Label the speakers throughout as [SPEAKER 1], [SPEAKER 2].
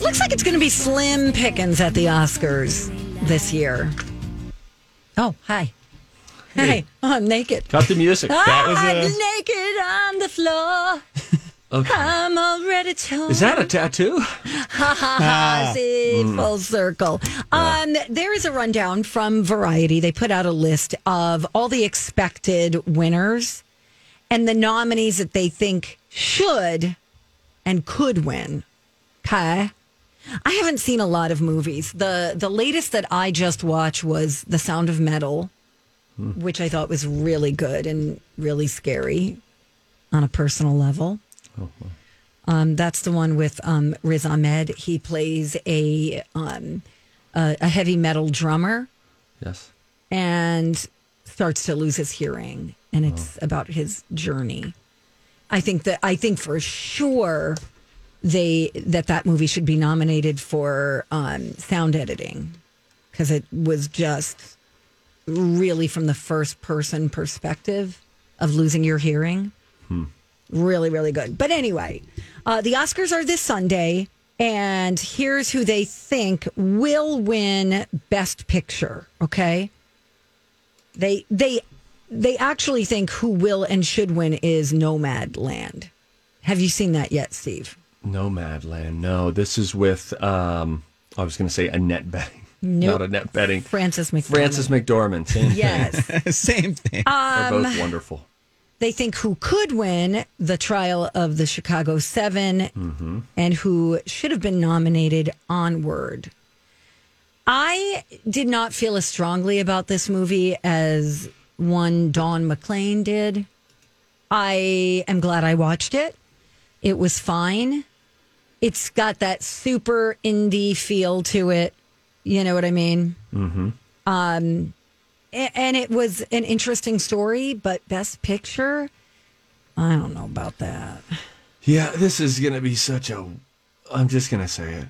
[SPEAKER 1] Looks like it's going to be slim pickings at the Oscars this year. Oh, hi. Hi. Oh, I'm naked.
[SPEAKER 2] Cut the music. That
[SPEAKER 1] I'm
[SPEAKER 2] was
[SPEAKER 1] naked on the floor.
[SPEAKER 2] a. okay.
[SPEAKER 1] I'm already torn.
[SPEAKER 2] Is that a tattoo?
[SPEAKER 1] Ah, see, full circle. Um, there is a rundown from Variety. They put out a list of all the expected winners and the nominees that they think should and could win. Okay. I haven't seen a lot of movies. The the latest that I just watched was The Sound of Metal, which I thought was really good and really scary on a personal level. Um, that's the one with um, Riz Ahmed. He plays a um, a, a heavy metal drummer
[SPEAKER 2] Yes.
[SPEAKER 1] and starts to lose his hearing, and it's about his journey. I think that I think for sure they that that movie should be nominated for um, sound editing because it was just really from the first person perspective of losing your hearing really really good but anyway uh, the oscars are this sunday and here's who they think will win best picture okay they they they actually think who will and should win is nomad land have you seen that yet steve
[SPEAKER 2] Nomadland. No, this is with. um I was going to say Annette Betting.
[SPEAKER 1] Nope.
[SPEAKER 2] Not Annette Betting.
[SPEAKER 1] francis mcdormand
[SPEAKER 2] Frances McDormand. Same thing.
[SPEAKER 1] yes
[SPEAKER 3] Same thing.
[SPEAKER 2] They're both wonderful.
[SPEAKER 1] they think who could win the trial of the Chicago 7 and who should have been nominated onward. I did not feel as strongly about this movie as one Dawn McLean did. I am glad I watched it. It was fine. It's got that super indie feel to it. You know what I mean? A- and it was an interesting story, but best picture, I don't know about that.
[SPEAKER 2] Yeah, this is going to be such a. I'm just going to say it.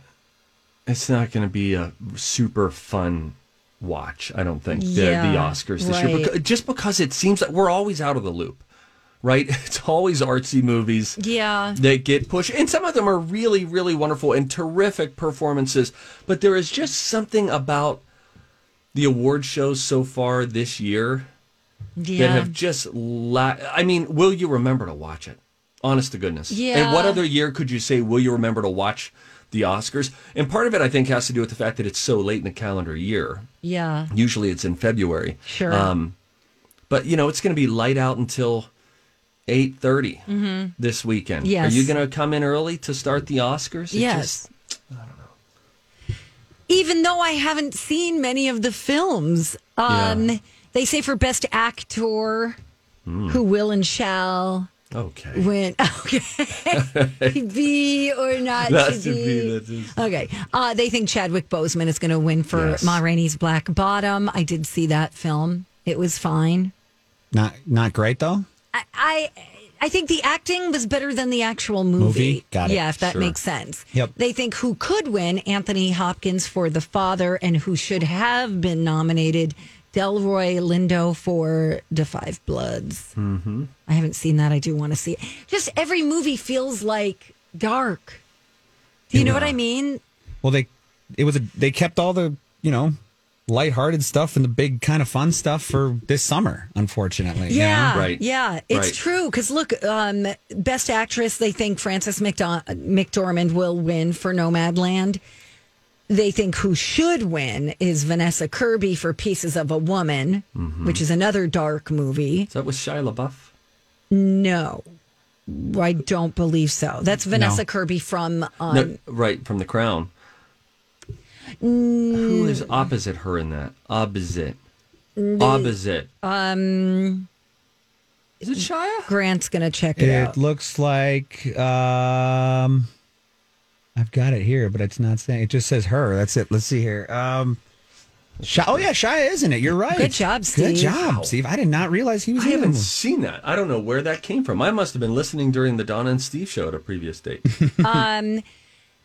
[SPEAKER 2] It's not going to be a super fun watch, I don't think, the, the
[SPEAKER 1] Yeah,
[SPEAKER 2] Oscars this
[SPEAKER 1] right.
[SPEAKER 2] year. Because, just because it seems that we're always out of the loop, right? It's always artsy movies.
[SPEAKER 1] Yeah.
[SPEAKER 2] that get pushed. And some of them are really, really wonderful and terrific performances. But there is just something about the award shows so far this year
[SPEAKER 1] Yeah.
[SPEAKER 2] that have just la- I mean, will you remember to watch it? Honest to goodness.
[SPEAKER 1] Yeah.
[SPEAKER 2] And what other year could you say will you remember to watch the Oscars? And part of it I think has to do with the fact that it's so late in the calendar year.
[SPEAKER 1] yeah.
[SPEAKER 2] Usually it's in February.
[SPEAKER 1] Sure.
[SPEAKER 2] Um, but you know it's going to be light out until eight this weekend.
[SPEAKER 1] Mm-hmm. Yes.
[SPEAKER 2] Are you going to come in early to start the Oscars? It
[SPEAKER 1] yes.
[SPEAKER 2] just-
[SPEAKER 1] Even though I haven't seen many of the films, um,
[SPEAKER 2] Yeah.
[SPEAKER 1] they say for best actor,
[SPEAKER 2] Hmm.
[SPEAKER 1] who will and shall
[SPEAKER 2] okay.
[SPEAKER 1] win. Okay. be or not
[SPEAKER 2] Not
[SPEAKER 1] to
[SPEAKER 2] to be,
[SPEAKER 1] be.
[SPEAKER 2] that is-
[SPEAKER 1] Okay. Uh, they think Chadwick Boseman is going to win for
[SPEAKER 2] Yes.
[SPEAKER 1] Ma Rainey's Black Bottom. I did see that film. It was fine.
[SPEAKER 3] Not not great though.
[SPEAKER 1] I- I I think the acting was better than the actual movie.
[SPEAKER 3] Movie? Got it.
[SPEAKER 1] Yeah, if that
[SPEAKER 2] Sure.
[SPEAKER 1] makes sense.
[SPEAKER 3] Yep.
[SPEAKER 1] They think who could win Anthony Hopkins for The Father and who should have been nominated Delroy Lindo for The Five Bloods. Mm-hmm. I haven't seen that. I do want to see it. Just every movie feels like dark. Do you know what I mean?
[SPEAKER 3] Well, they it was a, they kept all the you know lighthearted stuff and the big kind of fun stuff for this summer, unfortunately. you
[SPEAKER 1] Yeah,
[SPEAKER 3] know?
[SPEAKER 2] Right.
[SPEAKER 1] Yeah, it's
[SPEAKER 2] Right.
[SPEAKER 1] true. Because look, um, best actress, they think Frances McDon- McDormand will win for Nomadland. They think who should win is Vanessa Kirby for Pieces of a Woman,
[SPEAKER 2] Mm-hmm.
[SPEAKER 1] which is another dark movie.
[SPEAKER 2] Is that with Shia LaBeouf?
[SPEAKER 1] No, I don't believe so. That's Vanessa Kirby from. Um,
[SPEAKER 2] No, right from The Crown.
[SPEAKER 1] Mm.
[SPEAKER 2] Who is opposite her in that? Opposite. opposite.
[SPEAKER 1] um,
[SPEAKER 2] Is it Shia?
[SPEAKER 1] Grant's gonna check it,
[SPEAKER 3] It
[SPEAKER 1] out.
[SPEAKER 3] looks like um I've got it here, but it's not saying it just says her. That's it. Let's see here. Um Shia, oh yeah, Shia is in it. You're right.
[SPEAKER 1] Good job, Steve.
[SPEAKER 3] Good job, Steve. I did not realize he was
[SPEAKER 2] I
[SPEAKER 3] in
[SPEAKER 2] haven't
[SPEAKER 3] it.
[SPEAKER 2] seen that. I don't know where that came from. I must have been listening during the Donna and Steve show at a previous date.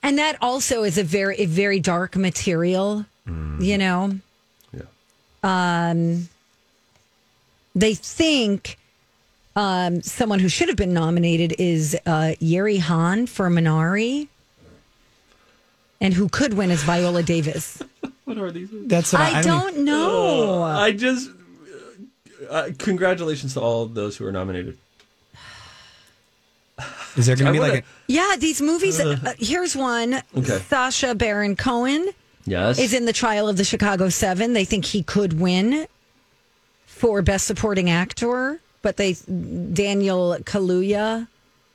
[SPEAKER 1] and that also is a very, a very dark material.
[SPEAKER 2] Mm.
[SPEAKER 1] You know.
[SPEAKER 2] yeah.
[SPEAKER 1] they think um, someone who should have been nominated is uh, Yeri Hahn for Minari, and who could win is Viola Davis.
[SPEAKER 2] What are these?
[SPEAKER 3] That's what
[SPEAKER 1] I
[SPEAKER 3] mean,
[SPEAKER 1] don't e- know.
[SPEAKER 2] I just. Uh, congratulations to all of those who are nominated.
[SPEAKER 3] Is there going
[SPEAKER 2] I
[SPEAKER 3] to be
[SPEAKER 2] wanna-
[SPEAKER 3] like a,
[SPEAKER 1] yeah, these movies. Uh, here's one.
[SPEAKER 2] Okay.
[SPEAKER 1] Sasha Baron Cohen
[SPEAKER 2] Yes.
[SPEAKER 1] is in the trial of the Chicago Seven. They think he could win for Best Supporting Actor, but they Daniel Kaluuya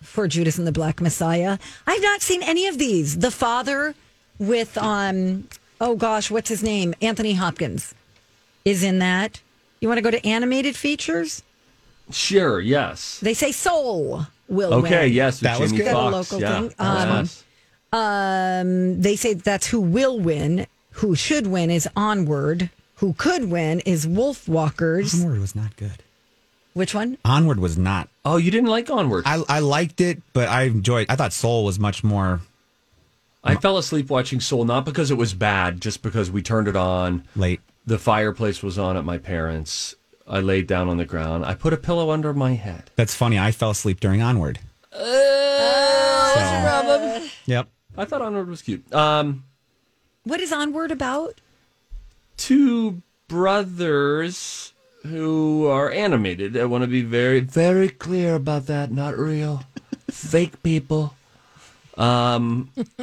[SPEAKER 1] for Judas and the Black Messiah. I've not seen any of these. The Father with um oh gosh, what's his name? Anthony Hopkins is in that. You want to go to animated features?
[SPEAKER 2] Sure, yes.
[SPEAKER 1] They say Soul will win.
[SPEAKER 2] Okay, yes. with
[SPEAKER 3] That was
[SPEAKER 2] Jamie
[SPEAKER 3] good.
[SPEAKER 2] Foxx,
[SPEAKER 1] Local
[SPEAKER 2] yeah.
[SPEAKER 1] thing. Um,
[SPEAKER 2] Yes.
[SPEAKER 1] Um, they say that's who will win. Who should win is Onward. Who could win is Wolf Walkers.
[SPEAKER 3] Onward was not good.
[SPEAKER 1] Which one?
[SPEAKER 3] Onward was not.
[SPEAKER 2] Oh, you didn't like Onward. I,
[SPEAKER 3] I I liked it, but I enjoyed. I thought Soul was much more
[SPEAKER 2] fell asleep watching Soul, not because it was bad, just because we turned it on.
[SPEAKER 3] late.
[SPEAKER 2] The fireplace was on at my parents. I laid down on the ground. I put a pillow under my head.
[SPEAKER 3] That's funny. I fell asleep during Onward.
[SPEAKER 2] Oh,
[SPEAKER 3] So- Yep.
[SPEAKER 2] I thought Onward was cute. Um,
[SPEAKER 1] What is Onward about?
[SPEAKER 2] two brothers who are animated. I want to be very, very clear about that. Not real, fake people. Um,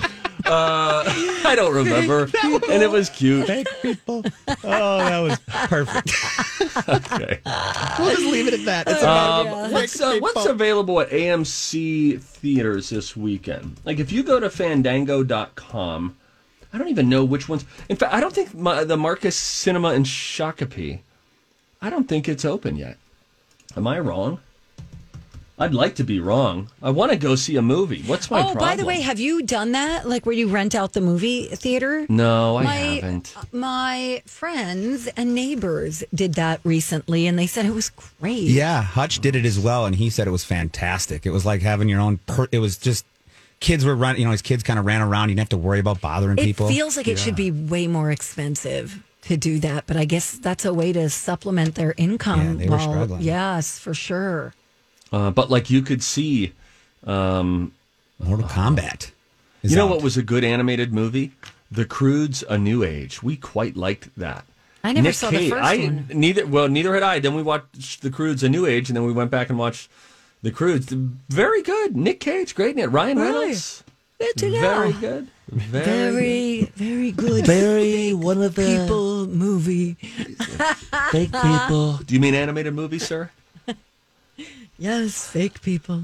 [SPEAKER 2] uh, I don't remember, and it was cute.
[SPEAKER 3] Fake people. Oh, that was perfect.
[SPEAKER 2] Okay.
[SPEAKER 3] we'll just leave it at that. It's
[SPEAKER 2] Um, what's, uh, what's available at AMC theaters this weekend? Like, if you go to fandango.com, I don't even know which ones. In fact, I don't think my, the Marcus Cinema in Shakopee, I don't think it's open yet. Am I wrong? I'd like to be wrong. I want to go see a movie. What's my
[SPEAKER 1] oh,
[SPEAKER 2] problem?
[SPEAKER 1] by the way, have you done that? Like where you rent out the movie theater?
[SPEAKER 2] no, I
[SPEAKER 1] my,
[SPEAKER 2] haven't.
[SPEAKER 1] My friends and neighbors did that recently, and they said it was great.
[SPEAKER 3] Yeah, Hutch did it as well, and he said it was fantastic. It was like having your own. Per- it was just kids were running. You know, his kids kind of ran around. You didn't have to worry about bothering
[SPEAKER 1] It
[SPEAKER 3] people.
[SPEAKER 1] feels like it should be way more expensive to do that, but I guess that's a way to supplement their income.
[SPEAKER 3] Yeah, they were
[SPEAKER 1] while-
[SPEAKER 3] struggling.
[SPEAKER 1] Yes, for sure.
[SPEAKER 2] Uh, but, like, you could see. Um,
[SPEAKER 3] Mortal Kombat. is
[SPEAKER 2] you know
[SPEAKER 3] out.
[SPEAKER 2] what was a good animated movie? The Crude's A New Age. We quite liked that.
[SPEAKER 1] I never
[SPEAKER 2] Nick
[SPEAKER 1] saw
[SPEAKER 2] Cage-
[SPEAKER 1] the first
[SPEAKER 2] I,
[SPEAKER 1] one.
[SPEAKER 2] Neither. Well, neither had I. Then we watched The Crude's A New Age, and then we went back and watched The Crude's. Very good. Nick Cage, great in it. Ryan
[SPEAKER 1] Really?
[SPEAKER 2] Reynolds,
[SPEAKER 1] Good to know.
[SPEAKER 2] very good. Very.
[SPEAKER 1] Very, very good.
[SPEAKER 2] Very one of the
[SPEAKER 1] people movie.
[SPEAKER 2] fake people. Do you mean animated movie, sir?
[SPEAKER 1] Yes, fake people.